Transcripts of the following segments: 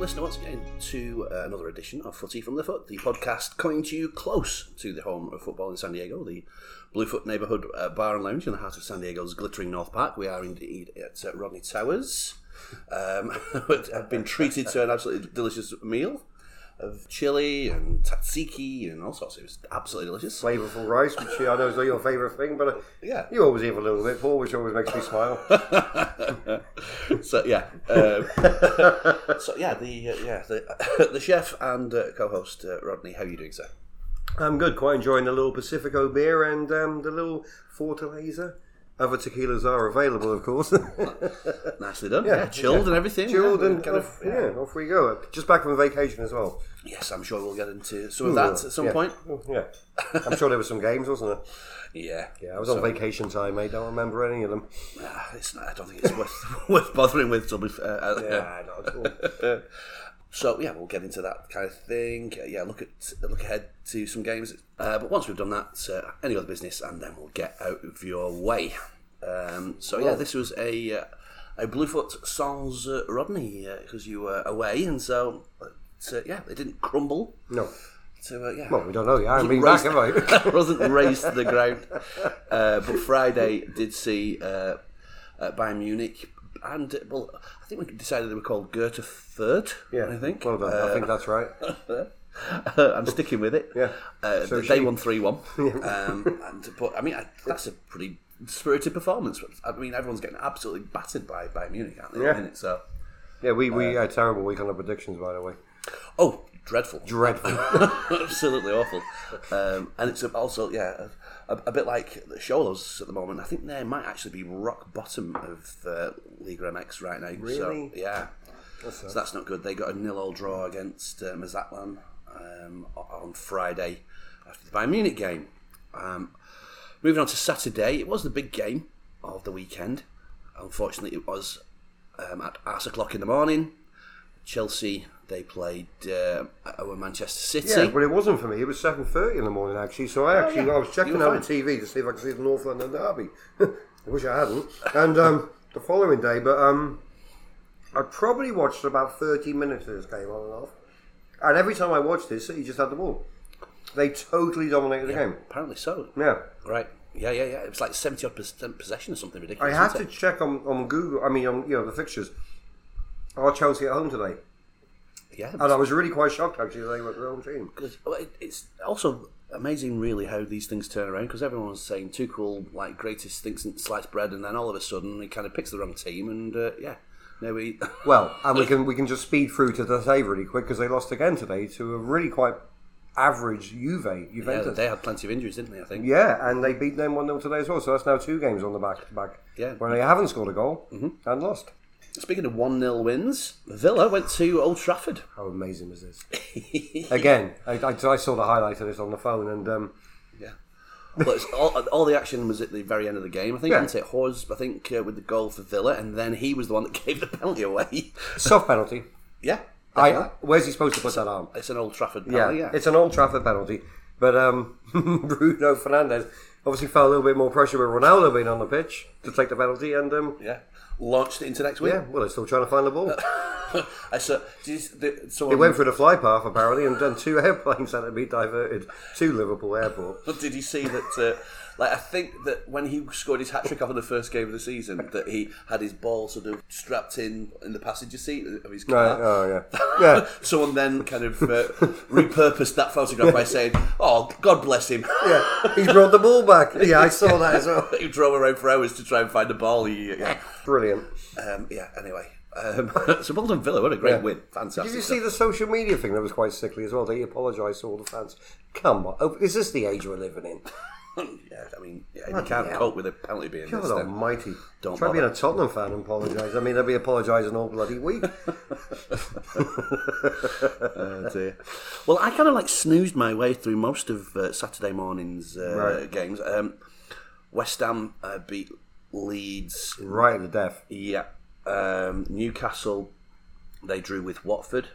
listener once again to uh, another edition of Footy from the Foot, the podcast coming to you close to the home of football in San Diego, the Bluefoot neighborhood uh, bar and lounge in the heart of San Diego's glittering North Park. We are indeed at uh, Rodney Towers. Um, I've been treated to an absolutely delicious meal of chili and tzatziki and all sorts. It was absolutely delicious. Flavourful rice, which I know is not your favourite thing, but uh, Yeah. you always have a little bit, Paul, which always makes me smile. so yeah, um, so yeah, the uh, yeah the the chef and uh, co-host uh, Rodney. How are you doing, sir? I'm good, quite enjoying the little Pacifico beer and um, the little Fortaleza. Other tequilas are available, of course. Nicely done. Yeah, chilled and everything. Chilled yeah, and kind of- off, yeah. off we go. Just back from vacation as well. Yes, I'm sure we'll get into some of that at some Yeah. point. Yeah. I'm sure there were some games, wasn't there? Yeah, Yeah, I was on vacation time, mate. Don't remember any of them. Ah, it's not, I don't think it's worth worth bothering with. To be fair. Uh, Yeah, not at all. So yeah, we'll get into that kind of thing. Uh, Yeah, look at look ahead to some games. Uh, but once we've done that, uh, any other business, and then we'll get out of your way. Um, so yeah, this was a uh, a Bluefoot sans uh, Rodney because you were away, and so uh, yeah, they didn't crumble. No. So uh, yeah, Well, we don't know. Yeah, I haven't been back, raised- have I? wasn't raised to the ground. Uh, but Friday did see uh, uh, Bayern Munich, and uh, well, I think we decided they were called Goethe Third. Yeah, I think. Uh, Well done. I think that's right. I'm sticking with it. Yeah. Uh, So they is they she. won three one. Um, and but I mean I, that's a pretty spirited performance. I mean everyone's getting absolutely battered by by Munich, aren't they? at the Yeah. minute, so Yeah, we, we uh, had a terrible week on the predictions, by the way. oh dreadful, Dreadful. absolutely awful. Um, and it's also yeah a, a bit like the Sholos at the moment. I think they might actually be rock bottom of uh, Liga MX right now. So, Really? yeah. so that's not good. They got a nil-all draw against uh, Mazatlan um, o- on Friday after the Bayern Munich game. Um, moving on to Saturday, it was the big game of the weekend. Unfortunately, it was um, at eight o'clock in the morning. Chelsea they played uh, over Manchester City. Yeah, but it wasn't for me. It was seven thirty in the morning actually. So I actually Oh, yeah. I was checking You on were the TV to see if I could see the North London Derby. I wish I hadn't. And um, the following day, but um, I probably watched about thirty minutes of this game on and off. And every time I watched this, City just had the ball. They totally dominated the game. Apparently so. Yeah. Right. Yeah, yeah, yeah. It was like seventy odd percent possession or something I ridiculous. had to wasn't check on, on Google. I mean, on you know the fixtures. Are Chelsea at home today? it? Yeah. And I was really quite shocked actually. that They were their own team. Good. Well, it- It's also amazing, really, how these things turn around because everyone was saying Tuchel, like, greatest thinks and sliced bread, and then all of a sudden he kind of picks the wrong team, and uh, yeah, now we. Well, and we can we can just speed through to the day really quick because they lost again today to a really quite average Juve yeah, Juventus. they had plenty of injuries, didn't they? I think. Yeah, and they beat them one 0 today as well. So that's now two games on the back to back. Yeah. Mm-hmm. where they haven't scored a goal and lost. Speaking of 1 0 wins, Villa went to Old Trafford. How amazing was this? again, I, I, I saw the highlight of this on the phone, and um, Yeah. Well, it's all, all the action was at the very end of the game. I think Yeah. wasn't it Hawes, I think, uh, with the goal for Villa, and then he was the one that gave the penalty away. soft penalty. yeah. I, where's he supposed to put that arm? It's an Old Trafford Yeah, penalty, Oh, yeah. it's an Old Trafford penalty, but um, Bruno Fernandez obviously felt a little bit more pressure with Ronaldo being on the pitch to take the penalty, and um, yeah. Launched it into next week. Yeah, well, they're still trying to find the ball. I saw. Did you, see the, It someone, went through the fly path apparently, and then two airplanes had to be diverted to Liverpool Airport. Did you see that? Uh, like I think that when he scored his hat trick off in the first game of the season, that he had his ball sort of strapped in in the passenger seat of his Right, car. oh yeah, yeah, Someone then kind of uh, repurposed that photograph by saying, "Oh, God bless him." yeah. He's brought the ball back. Yeah, I saw that as well. he drove around for hours to try and find the ball. He, yeah. Brilliant. Um, yeah. Anyway, um, so well done, Villa. What a great win! Fantastic. Did you stuff. see the social media thing that was quite sickly as well? They apologised to all the fans. Come on, oh, is this the age we're living in? yeah, I mean, yeah, you can't hell. cope with a penalty being God this. then. Almighty! Don't Try bother. being a Tottenham fan and apologise. I mean, they'll be apologising all bloody week. uh, Well, I kind of like snoozed my way through most of uh, Saturday morning's uh, Right. games. Um, West Ham uh, beat Leeds. right at the death. Yeah. Um, Newcastle, they drew with Watford.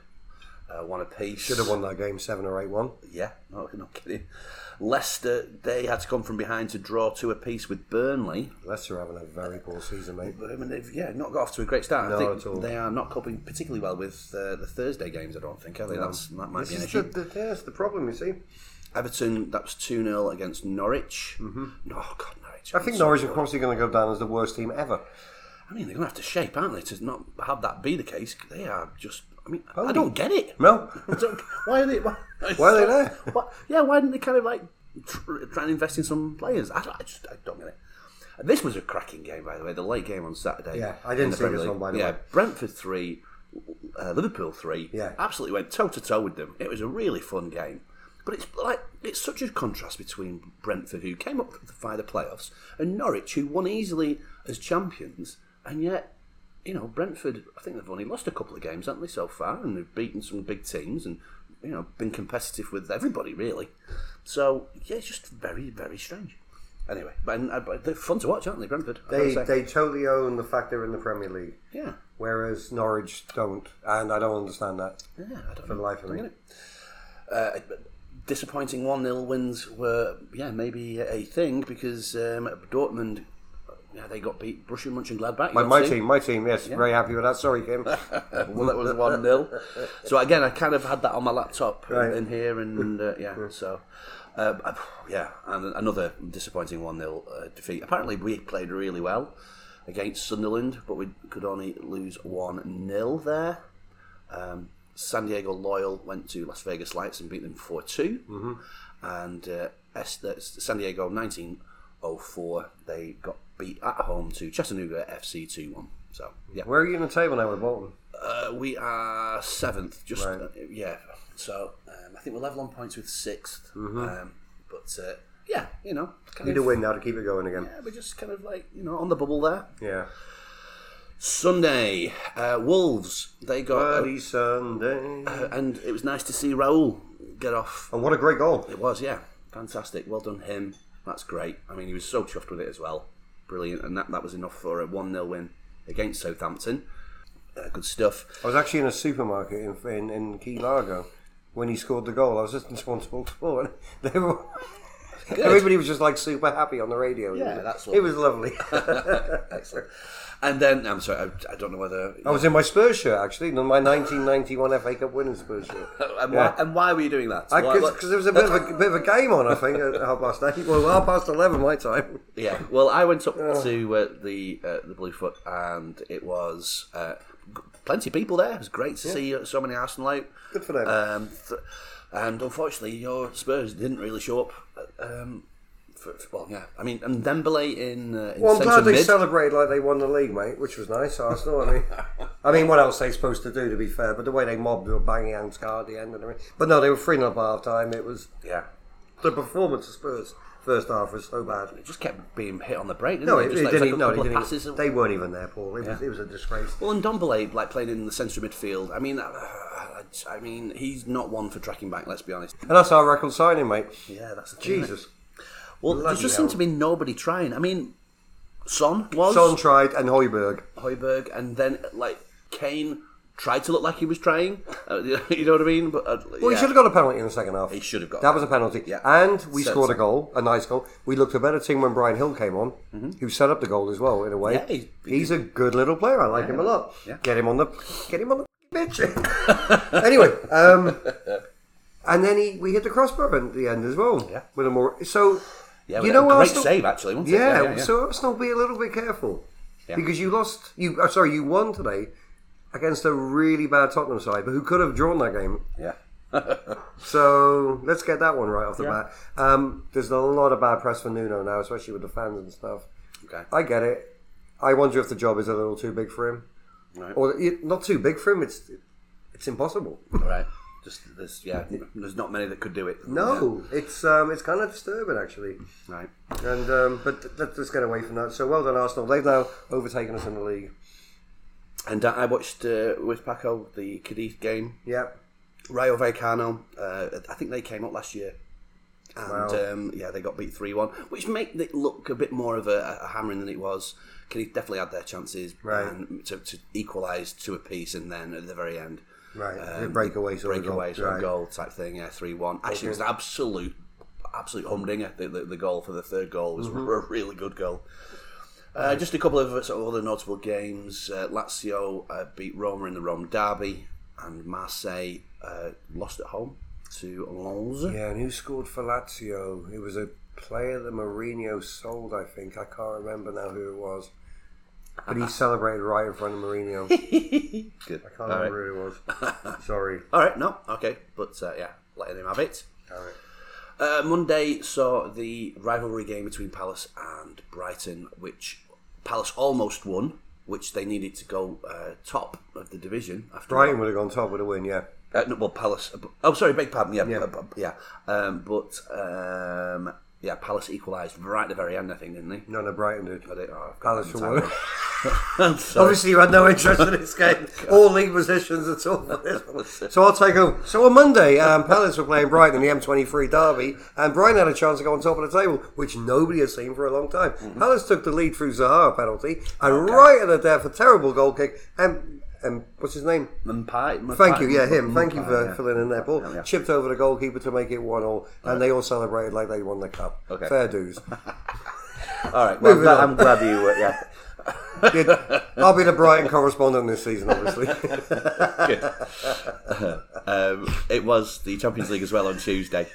uh, one apiece. Should have won that game seven or eight one. Yeah, no, no kidding. Leicester, they had to come from behind to draw two apiece with Burnley. Leicester having a very poor season, mate. But, I mean, they've yeah, not got off to a great start. No, I think at all. they are not coping particularly well with uh, the Thursday games, I don't think, are they? That's, that might This be an is issue. the, the, that's the problem, you see. Everton, that was 2 0 against Norwich. Mm-hmm. Oh, God, Norwich. I think Norwich are probably going to go down as the worst team ever. I mean, they're going to have to shape, aren't they, to not have that be the case? They are just. I mean, I don't get it. No, I don't- why are they? Why, Why are they there? Why, yeah, why didn't they kind of like tr- try and invest in some players? I, don't- I just I don't get it. This was a cracking game, by the way. The late game on Saturday. Yeah, I didn't in the see Premier this League. one, by the yeah, way. Brentford three, uh, Liverpool three. Yeah. absolutely went toe to toe with them. It was a really fun game. But it's like it's such a contrast between Brentford, who came up via the playoffs, and Norwich, who won easily as champions, and yet you know, Brentford, I think they've only lost a couple of games, haven't they, so far? And they've beaten some big teams and, you know, been competitive with everybody, really. So, yeah, it's just very, very strange. Anyway, but, and, uh, but they're fun to watch, aren't they, Brentford? I've got to they say. they totally own the fact they're in the Premier League, yeah, whereas Norwich don't, and I don't understand that. yeah, I don't For the life of me. Uh, disappointing 1 0 wins were, yeah, maybe a thing because um, Dortmund, yeah, they got beat Borussia Mönchengladbach. My, you my see. team, my team, yes, very happy with that. Sorry, Kim. well, that was one 0 So again, I kind of had that on my laptop uh, Right. in here, and uh, yeah, so uh, yeah, and another disappointing one 0 uh, defeat. Apparently, we played really well against Sunderland, but we could only lose one 0 there. Um, San Diego Loyal went to Las Vegas Lights and beat them 4 2. And uh, S- that's San Diego 1904, they got beat at home to Chattanooga FC 2 1. So, yeah Where are you in the table now with Bolton? uh, we are seventh, just Right. uh, yeah. So um, I think we're level on points with 6th Um, but uh, yeah, you know, kind Need of, a win now to keep it going again. yeah, we're just kind of like you know on the bubble there. Yeah. Sunday, uh, Wolves. They got Bloody Sunday. uh, and it was nice to see Raul get off. And what a great goal! It was yeah, fantastic. Well done him. That's great. I mean, he was so chuffed with it as well. Brilliant, and that, that was enough for a one 0 win against Southampton. Uh, good stuff. I was actually in a supermarket in, in, in Key Largo when he scored the goal. I was listening to someone talk to him, and they were, everybody was just like super happy on the radio. It Yeah, was- that's it was lovely. Excellent. And then I'm sorry, I, I don't know whether. I was in my Spurs shirt actually, my 1991 FA Cup winning Spurs shirt. And, why, and why were you doing that? Why- why- Because there was a bit of a bit of a game on, I think, at half past eight. Well, half past eleven my time. yeah. Well, I went up to uh, the uh, the Bluefoot, and it was uh, g- plenty of people there. It was great to see uh, so many Arsenal out. Good for them. Um, th- and unfortunately, your Spurs didn't really show up. uh, Um, for, for- well, yeah. I mean, and Dembele in, uh, in Well, I'm centre glad they mid. celebrated like they won the league, mate, which was nice. Arsenal. I mean, I mean, what else they supposed to do? To be fair, but the way they mobbed, they were banging out Scar at the end, and everything. But no, they were three up half time. It was yeah. the performance of Spurs first half was so bad. It just kept being hit on the break. Didn't No, it? it, Just it like- it's didn't. like a no, couple it of didn't passes. and- they weren't even there, Paul. It, was, it was a disgrace. Well, and Dombele, like playing in the centre midfield, I mean, uh, I mean, he's not one for tracking back. Let's be honest. And that's our record signing, mate. Yeah, that's the thing. Jesus. Well, there Bloody just hell. seemed to be nobody trying. I mean, Son was Son tried and Hoiberg. Hoiberg, and then like Kane tried to look like he was trying. Uh, you know what I mean? But uh, Well, yeah. Oh, he should have got a penalty in the second half. He should have got That a was a penalty. Yeah. And we So- scored a goal, a nice goal. We looked a better team when Brian Hill came on, who set up the goal as well, in a way. Mm-hmm. Yeah, he- He's a good little player. I like him a lot. Yeah. Get him on the get him on the pitch. anyway, um, and then he, we hit the crossbar at the end as well. Yeah. With a more so Yeah, you with know a what, great Arsenal- save actually. Wasn't it? yeah, so Arsenal be a little bit careful because you lost. You uh, sorry, you won today against a really bad Tottenham side, but who could have drawn that game? yeah. So let's get that one right off the bat. Um, there's a lot of bad press for Nuno now, especially with the fans and stuff. Okay. I get it. I wonder if the job is a little too big for him, Right. or it- not too big for him. It's it's impossible. All right. Just there's yeah. There's not many that could do it. No, it's um, it's kind of disturbing actually. Yeah. Right. And um, but th- let's just get away from that. So well done Arsenal. They've now overtaken us in the league. And uh, I watched uh, with Paco the Cadiz game. Yep. Rayo Vallecano, uh, I think they came up last year. And Wow. um, yeah, they got beat 3 1, which make it look a bit more of a, a hammering than it was. Cadiz definitely had their chances Right. and to, to equalise to a piece, and then at the very end, Right. the breakaway sort of goal. Uh, breakaway sort Right. of goal type thing. Yeah, three one. Actually, it was an absolute, absolute humdinger. The, the, the goal for the third goal was Mm-hmm. a really good goal. Uh, just a couple of sort of other notable games. Uh, Lazio uh, beat Roma in the Rome derby, and Marseille uh, lost at home to Lens. Yeah, and who scored for Lazio? It was a player that Mourinho sold, I think. I can't remember now who it was. But he celebrated right in front of Mourinho. I Good. can't All right. remember who it was. Sorry. All right, no, okay, but uh, yeah, letting him have it. Damn it. Uh, Monday saw the rivalry game between Palace and Brighton, which Palace almost won, which they needed to go uh, top of the division after. Brighton would have gone top with a win, yeah. Uh, no, well, Palace. Oh, sorry, beg pardon. Yeah, yeah. yeah. Um, but um, yeah, Palace equalised right at the very end, I think, didn't they? No, no, Brighton did. I don't- oh, I've got uh, Palace them won. entirely wrong. Sorry. Obviously, you had no interest in this game Oh, or league positions at all. so I'll take over. So on Monday, um, Palace were playing Brighton in the M23 derby, and Brighton had a chance to go on top of the table, which nobody has seen for a long time. Mm-hmm. Palace took the lead through Zaha penalty, and right at the death, a terrible goal kick, and and what's his name? Mumpai- Mumpai- Thank you, yeah, him. Thank you Mumpai, for yeah. filling in that ball. Yeah, yeah. Chipped over the goalkeeper to make it one all, and they all celebrated like they won the cup. Okay. Fair dues. All right, well, I'm Moving glad, on. I'm glad you. Uh, yeah. Good. I'll be the Brighton correspondent this season, obviously. um, it was the Champions League as well on Tuesday.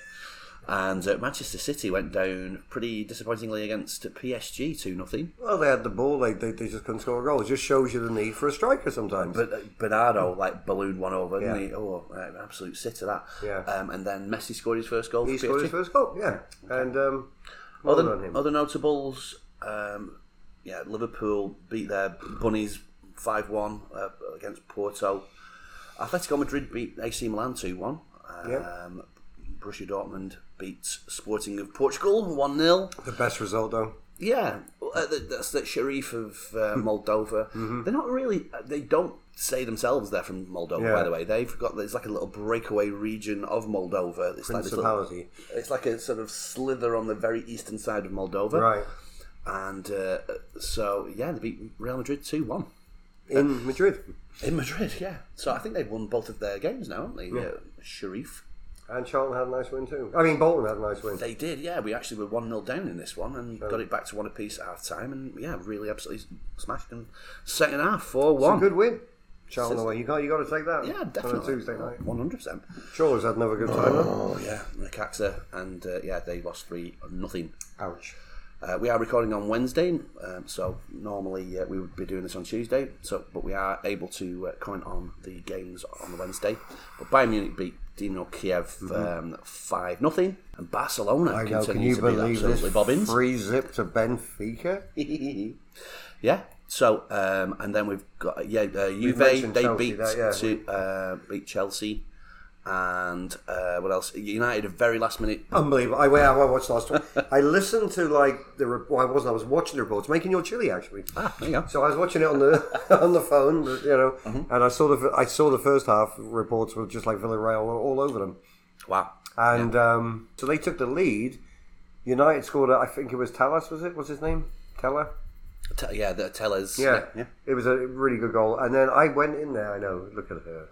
And uh, Manchester City went down pretty disappointingly against PSG 2 nothing. Well, they had the ball. They, they, they just couldn't score a goal. It just shows you the need for a striker sometimes. But uh, Bernardo like ballooned one over, didn't Yeah. he? Oh, uh, absolute sitter that. Yeah. Um, and then Messi scored his first goal. he for scored his PSG. first goal. Yeah, and um, well done Other, him. other notables, um, yeah, Liverpool beat their bunnies five one uh, against Porto. Atletico Madrid beat AC Milan two one. Um, Yeah. Borussia Dortmund beat Sporting of Portugal one 0 the best result though. Yeah, uh, that- that's that Sharif of uh, Moldova. They're not really. uh, They don't say themselves they're from Moldova. Yeah. By the way, they've got there's like a little breakaway region of Moldova. It's like this little, Principality. It's like a sort of slither on the very eastern side of Moldova. Right. And uh, so yeah, they beat Real Madrid two one In Madrid. in Madrid. Yeah. So I think they've won both of their games now, haven't they? Yeah. Sharif. And Charlton had a nice win too. I mean, Bolton had a nice win. They did, yeah. We actually were 1 0 down in this one and got it back to one apiece at half time. And yeah, really absolutely smashed them. Second half, 4 1. Good win. Charlton away. You got you got to take that. yeah, definitely. On a Tuesday night. 100%. Charlton's had another good time. huh? Oh, yeah. Nakata. And uh, yeah, they lost 3 nothing. Ouch. Uh, we are recording on Wednesday, um, so normally uh, we would be doing this on Tuesday. So, but we are able to uh, comment on the games on the Wednesday. But Bayern Munich beat Dino Kiev um, five nothing, and Barcelona Mm-hmm. I know. continue Can you to be believe this? absolutely bobbins. Free zip to Benfica. yeah. So, um, and then we've got yeah, uh, Juve. They mentioned Chelsea beat there, yeah. to uh, beat Chelsea, and uh, what else? United a very last minute. Unbelievable. I, well, I watched last one. I listened to like the. Re- well, I wasn't. I was watching the reports, making your chili actually. Ah, there you go. So I was watching it on the on the phone, you know, and I saw the I saw the first half reports were just like Villarreal were all over them, Wow. and um, so they took the lead. United scored. I think it was Talas. Was it? What's his name? Teller. T- yeah, the Tellers. Yeah. yeah, It was a really good goal. And then I went in there. I know. Look at her.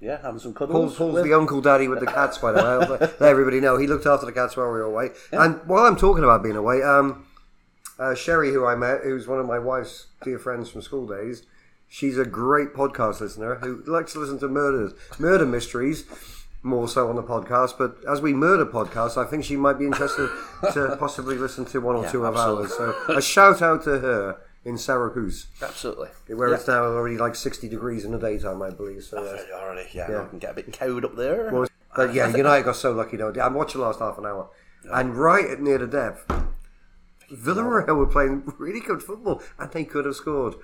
yeah, having some Paul, cuddles. Paul's the uncle daddy with the cats, by the way. I'll let everybody know he looked after the cats while we were away. And while I'm talking about being away, um, uh, Sherry, who I met, who's one of my wife's dear friends from school days, she's a great podcast listener who likes to listen to murders, murder mysteries. More so on the podcast, but as we murder podcasts, I think she might be interested to possibly listen to one or two of absolutely. ours. So a shout out to her in Syracuse, Absolutely. where it's now already like 60 degrees in the daytime, I believe. So uh, Already, yeah, I can get a bit cowed up there. But yeah, United got so lucky though. I watched the last half an hour, and right at near the death, Villarreal were playing really good football, and they could have scored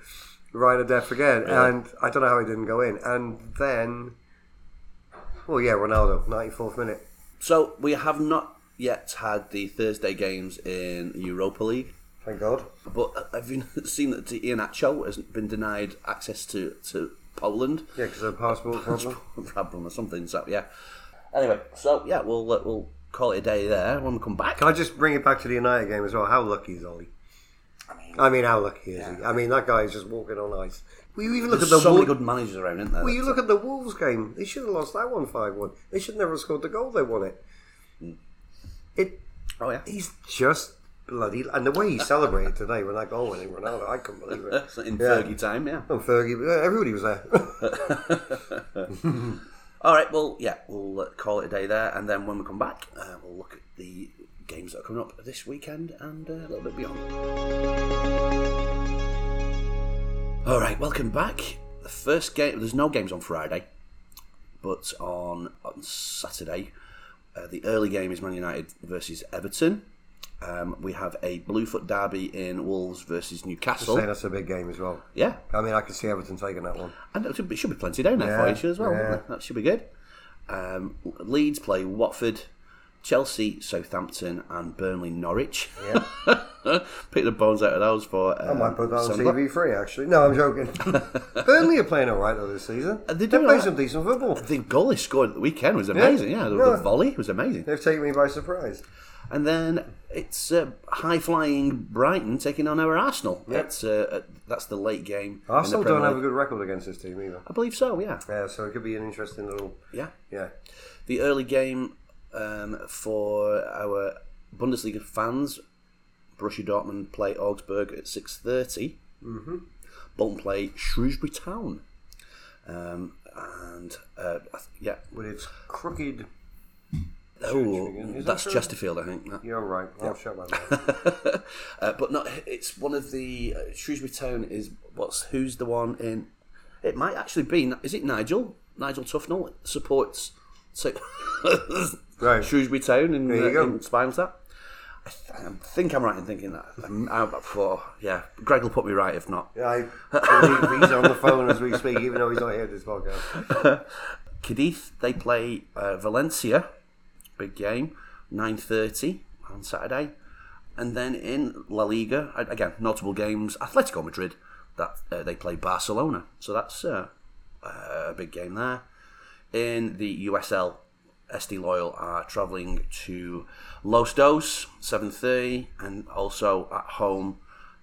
right at death again. And I don't know how it didn't go in. And then, well, yeah, Ronaldo, ninety fourth minute. so we have not yet had the Thursday games in Europa League, Thank God. but uh, have you seen that Ian Acho has been denied access to, to Poland? Yeah, because of the passport problem. problem or something. So yeah. Anyway, so yeah, we'll uh, we'll call it a day there when we come back. Can I just bring it back to the United game as well? How lucky is Ollie? I mean, I mean, how lucky is he? I mean, that guy is just walking on ice. Will you even look There's at the so Wol- many good managers around, isn't there? Well, you look at the Wolves game. They should have lost that one five-one. They should never have scored the goal they won it. It. oh yeah, He's just bloody. And the way he celebrated today when that goal went in Ronaldo, I couldn't believe it. in Yeah. Fergie time, yeah. And Fergie, everybody was there. All right, well, yeah, we'll uh, call it a day there, and then when we come back, uh, we'll look at the games that are coming up this weekend and uh, a little bit beyond. All right, welcome back. The first game, there's no games on Friday, but on, on Saturday, uh, the early game is Man United versus Everton. Um, we have a Bluefoot derby in Wolves versus Saying Newcastle. that's a big game as well. Yeah, I mean, I could see Everton taking that one. and it should be, should be plenty down there for Yeah, each as well. wouldn't yeah. there? That should be good. Um, Leeds play Watford, Chelsea, Southampton, and Burnley, Norwich. Yeah. Pick the bones out of those for. Um, I might put that on Sunday. TV free, actually. No, I'm joking. Burnley are playing all right though this season. Uh, they They're doing playing all some decent football. The goal they scored at the weekend was amazing. Yeah, the, the Yeah. volley was amazing. They've taken me by surprise. And then it's uh, high flying Brighton taking on our Arsenal. That's uh, uh, that's the late game. in the Arsenal Premier don't have a League. good record against this team either. I believe so. Yeah, Yeah, so it could be an interesting little. yeah. Yeah. the early game um, for our Bundesliga fans. Borussia Dortmund play Augsburg at six thirty. Mm-hmm. Bolton play Shrewsbury Town, um, and uh, I th- yeah, But it's crooked. oh, Is that that's true? Chesterfield, I think. that. You're right. I'll shut my mouth. Uh, but not it's one of the uh, Shrewsbury Town is what's who's the one in? It might actually be is it Nigel? Nigel Tufnell supports so Right. Shrewsbury Town in, you uh, go. in Spinal Tap. I, th- I think I'm right in thinking that. I'm out for yeah. Greg will put me right if not. I believe he's on the phone as we speak, even though he's not here at this podcast. Cadiz they play uh, Valencia, big game, nine thirty on Saturday, and then in La Liga a- again notable games. Atletico Madrid that uh, they play Barcelona, so that's uh, uh, a big game there. In the USL, SD Loyal are travelling to Los Dos seven thirty, and also at home.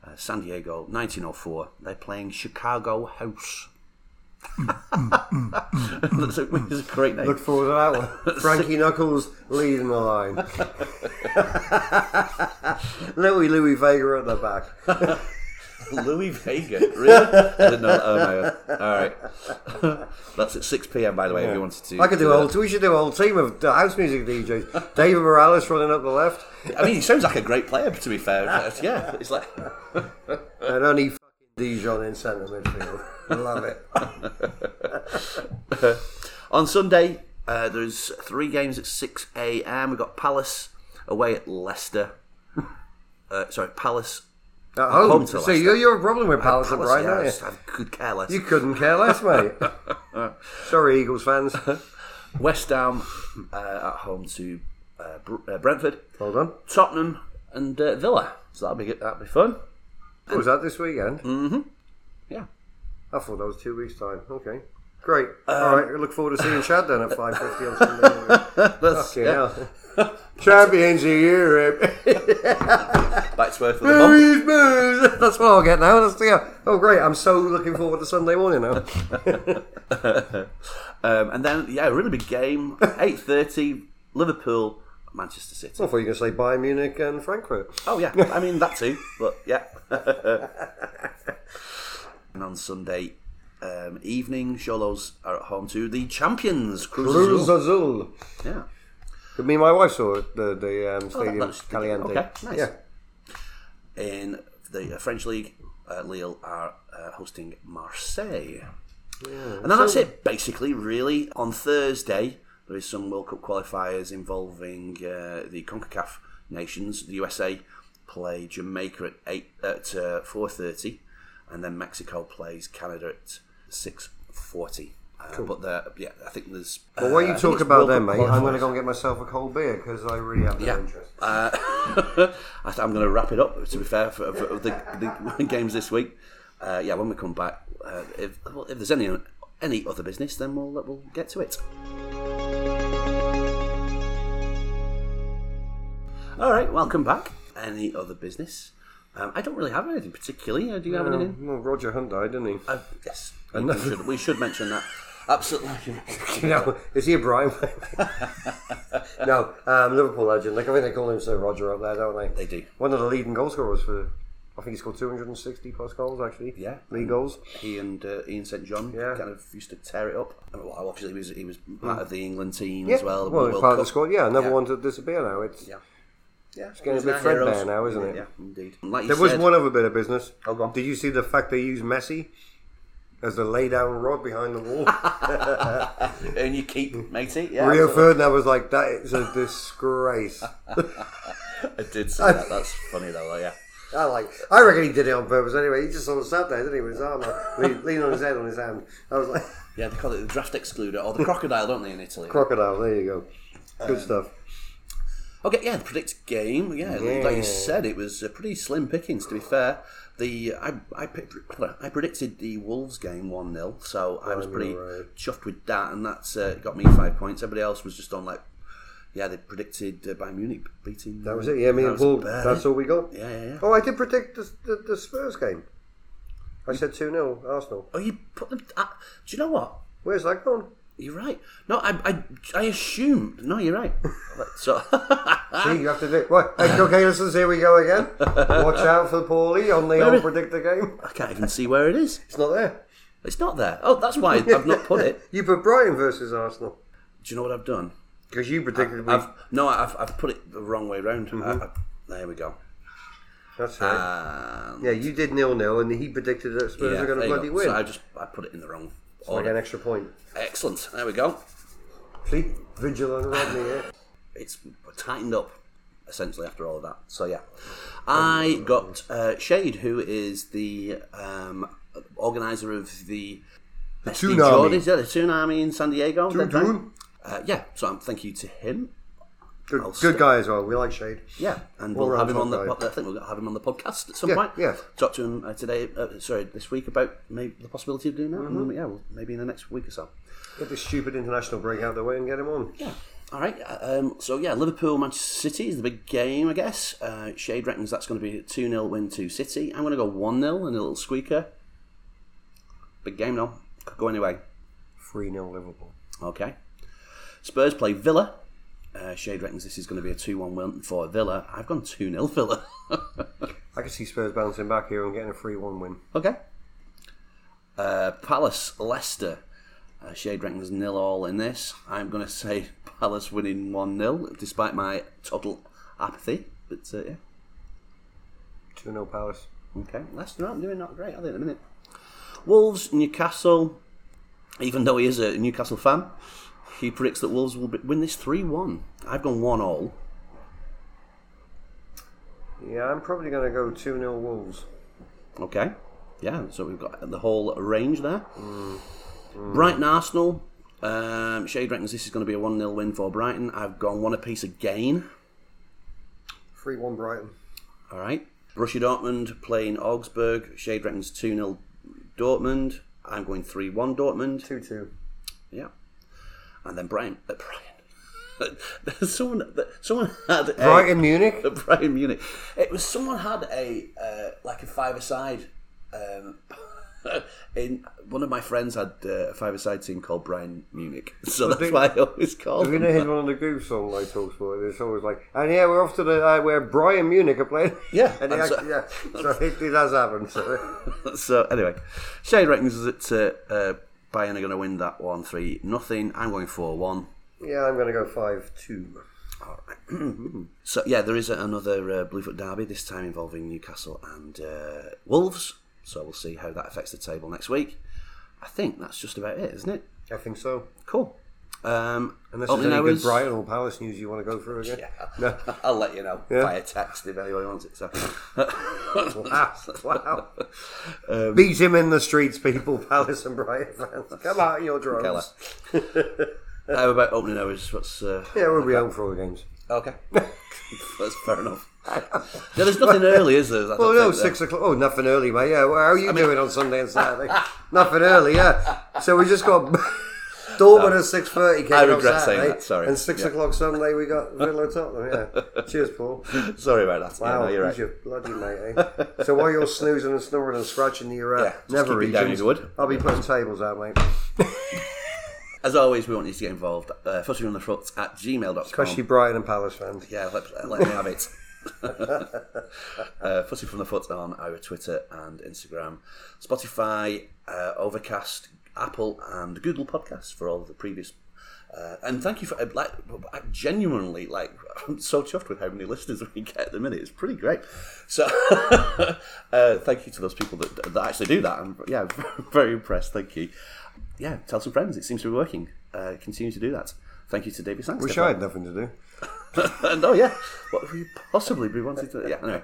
Uh, San Diego, 1904. They're playing Chicago House. That's a, that's a great name. Look forward to that one. Frankie Knuckles leading the line. Louis Louis Vega at the back. Louis Vega, really? I didn't know that. Oh my god! All right, that's at six p.m. By the way, if you wanted to. I could do a that. whole. We should do a whole team of house music DJs. David Morales running up the left, I mean, he sounds like a great player. To be fair, Ah. But, yeah, it's like and only fucking Dijon in centre midfield. Love it. on Sunday. Uh, there's three games at six a.m. We've got Palace away at Leicester. Uh, sorry, Palace. At home. Home to so Leicester. you're, you're a problem with Palace Palace, right yeah, I now. just- I could care less. You couldn't care less, mate. Sorry, Eagles fans. West Ham uh, at home to uh, Br- uh, Brentford, Hold on. Tottenham, and uh, Villa. So that'll be good. that'll be fun. What was that this weekend? Yeah. I thought that was two weeks' time. Okay. Great. Um, All right. I look forward to seeing Chad then at 5.50 on Sunday. That's, Fucking yeah. hell. Champions of Europe. Back to earth with a bump. That's what I'll get now. That's the, oh, great. I'm so looking forward to Sunday morning now. Um, and then, yeah, a really big game. 8.30, Liverpool, Manchester I City. thought you were going to say Bayern Munich and Frankfurt. Oh, yeah. I mean, that too. But, yeah. and on Sunday um, evening, Sholos are at home to the champions, Cruz Cruz Azul. Azul. Yeah. Me and my wife saw it, the, the Oh, um, stadium, that's- Caliente. okay, nice. Uh, Yeah. In the uh, French league, uh, Lille are uh, hosting Marseille. and then that's it, basically, really. On Thursday, there is some World Cup qualifiers involving uh, the CONCACAF nations. The USA play Jamaica at eight at uh, four thirty, and then Mexico plays Canada at six forty. Uh, But there, yeah, I think there's. Well, while uh, I you think talk it's about World them, Cup mate, I'm going qualifiers. to go and get myself a cold beer because I really have no Yeah. interest. Uh, I th- I'm going to wrap it up. To be fair, for, for the, the games this week. Uh, yeah, when we come back, uh, if, well, if there's any any other business, then we'll uh, we'll get to it. All right, welcome back. Any other business? Um, I don't really have anything particularly. Uh, do you have Well, anything? well, Roger Hunt died, didn't he? Uh, yes. We should, we should mention that. Absolutely. No, is he a Brian? no, um, Liverpool legend. Like I think they call him Sir Roger up there, don't they? They do. One of the leading goal scorers for, I think he scored 260 plus goals actually. Yeah. league goals. he and uh, Ian St John Yeah. Hmm. kind of used to tear it up. And, Well, obviously he was he was part of the England team Yeah, as well. well, the he's World part of the Cup. squad. Yeah, another Yeah. one to disappear now. It's Yeah, yeah, it's getting a bit threadbare now, isn't it? Yeah, indeed. And Like you there was said, one other bit of business. Oh, go on. Did you see the fact they used Messi as the lay down rod behind the wall? and you keep matey. Yeah, Rio absolutely. Ferdinand was like, "That is a disgrace." I did see that. That's funny though. Yeah, I like. I reckon he did it on purpose. Anyway, he just sort of sat there, didn't he, with his arm out, le- leaning on his head on his hand. I was like, yeah. They call it the draft excluder or the crocodile, don't they, in Italy? "Crocodile." There you go. Uh, Good stuff. Okay, yeah, the predict game. Yeah, like you said, it was uh, pretty slim pickings. To be fair, the I I, pi- I predicted the Wolves game one 0 so I was pretty Oh, right. chuffed with that, and that's uh, got me five points. Everybody else was just on like, yeah, they predicted uh, Bayern Munich beating. That was it. Yeah, I mean, that was well, about that's it. all we got. Yeah, yeah, yeah. Oh, I did predict the, the, the Spurs game. I said two 0 Arsenal. Oh, you put them. Uh, do you know what? Where's that gone? You're right. No, I I, I assumed. No, you're right. so See, you have to do. What? Hey, okay, listeners, here we go again. Watch out for Paulie on the old predictor game. I can't even see where it is. It's not there. It's not there. Oh, that's why I've not put it. You put Brighton versus Arsenal Do you know what I've done? because you predicted. we, I've no, I've, I've put it the wrong way round. I, I, there we go. that's right. Um, yeah, you did nil nil, and he predicted that Spurs yeah, are there going to you bloody go. win. So I just I put it in the wrong Like order. an extra point. Excellent. There we go. Sleep, vigil, and Rodney. Yeah. It's tightened up essentially after all of that. So yeah, I got uh, Shade, who is the um, organizer of the. SD tsunami. Jordan's, yeah, the tsunami in San Diego. that time. Tune. Uh, yeah, so um, thank you to him. Good, stop. good guy as well. We like Shade. Yeah, and All we'll have him on round the. top Pod, I think we'll have him on the podcast at some Yeah, point. yeah. Talk to him uh, today. Uh, sorry, this week about maybe the possibility of doing that. Mm-hmm. And then, yeah, well, maybe in the next week or so. Get this stupid international break out of the way and get him on. Yeah. All right. uh, Um, so yeah, Liverpool Manchester City is the big game, I guess. Uh, Shade reckons that's going to be a two 0 win to City. I'm going to go one 0 and a little squeaker. Big game though. Could go anyway. Three 0 Liverpool. Okay. Spurs play Villa. Uh, Shade reckons this is going to be a two one win for Villa. I've gone two 0 Villa. I can see Spurs bouncing back here and getting a three one win. Okay. Uh, Palace, Leicester. Uh, Shade reckons nil all in this. I'm going to say Palace winning 1 0, despite my total apathy. But uh, yeah, Two 0 Palace. okay. Leicester aren't doing not great, are they, at the minute? Wolves, Newcastle. Even though he is a Newcastle fan, he predicts that Wolves will be- win this 3 1. I've gone 1 all. Yeah, I'm probably going to go two 0 Wolves. Okay. Yeah, so we've got the whole range there. Brighton Arsenal. Um, Shade reckons this is going to be a 1 0 win for Brighton. I've gone one apiece again. Three one Brighton. All right. Borussia Dortmund playing Augsburg. Shade reckons 2 0 Dortmund. I'm going 3 1 Dortmund. Two two. Yeah. And then Brian. Uh, Brian. someone, someone had a- Brighton Munich. at Bayern Munich. It was someone had a uh, like a five-a-side. Um, in one of my friends had uh, a five-a-side team called Brian Munich, so that's they- why I always call Have you them. know that. heard one of the Goof song like talks about? It's always like, and yeah, we're off to the uh, where Brian Munich are playing. Yeah, and they and so- actually, yeah. So it, it has happened. So So anyway, Shane reckons that uh, uh, Bayern are going to win that one three nothing. I'm going four one. yeah, I'm going to go five two. So yeah, there is another uh, Bluefoot derby this time involving Newcastle and uh, Wolves. So we'll see how that affects the table next week. I think that's just about it, isn't it? I think so. Cool. Um, Unless there's opening any good hours- Brighton or Palace news you want to go through again. Yeah. I'll let you know via text if anybody wants it. So. Wow. wow. Um, Beat him in the streets, people, Palace and Brighton fans. Come out of your drones. Keller. How about opening hours? What's uh, Yeah, we'll be home for all the games. okay? That's fair enough. Yeah, there's nothing early, is there? I don't Oh, no, think there- six o'clock. Oh, nothing early, mate. Yeah, well, how are you doing on Sunday and Saturday? nothing early, yeah. So we just got. Dortmund at six thirty. I regret saying that, sorry. And six Yeah. o'clock Sunday we got Villa Tottenham. Yeah. Cheers, Paul. Sorry about that. Wow, yeah, no, you're right. he's your bloody mate. Eh? so while you're snoozing and snoring and scratching your uh, Yeah, just never keep it down, regions, if you would. I'll be putting tables out, mate. As always, we want you to get involved. Uh, footy on the foot at gmail.com. Especially Brighton and Palace fans. Yeah, let, let me have it. uh, Fussy from the Foot on our Twitter and Instagram, Spotify, uh, Overcast, Apple, and Google Podcasts for all of the previous. Uh, and thank you for uh, like I genuinely like I'm so chuffed with how many listeners we get at the minute. It's pretty great. So uh, thank you to those people that, that actually do that. I'm yeah very impressed. Thank you. Yeah, tell some friends. It seems to be working. Uh, continue to do that. Thank you to David Sands. Wish I had nothing to do. and oh yeah, what would we possibly be wanting to? Yeah, anyway.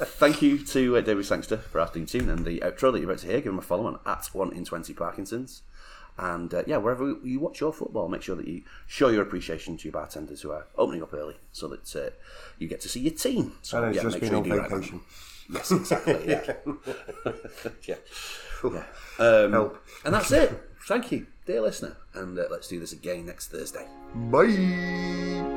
Thank you to uh, David Sangster for our theme tune and the outro that you're about to hear. Give him a follow on at one in twenty Parkinsons, and uh, yeah, wherever you watch your football, make sure that you show your appreciation to your bartenders who are opening up early, so that uh, you get to see your team. So And it's yeah, just make been sure on you do right. vacation. Yes, exactly. Yeah, yeah. yeah. Help. and that's it. Thank you, dear listener, and uh, let's do this again next Thursday. Bye.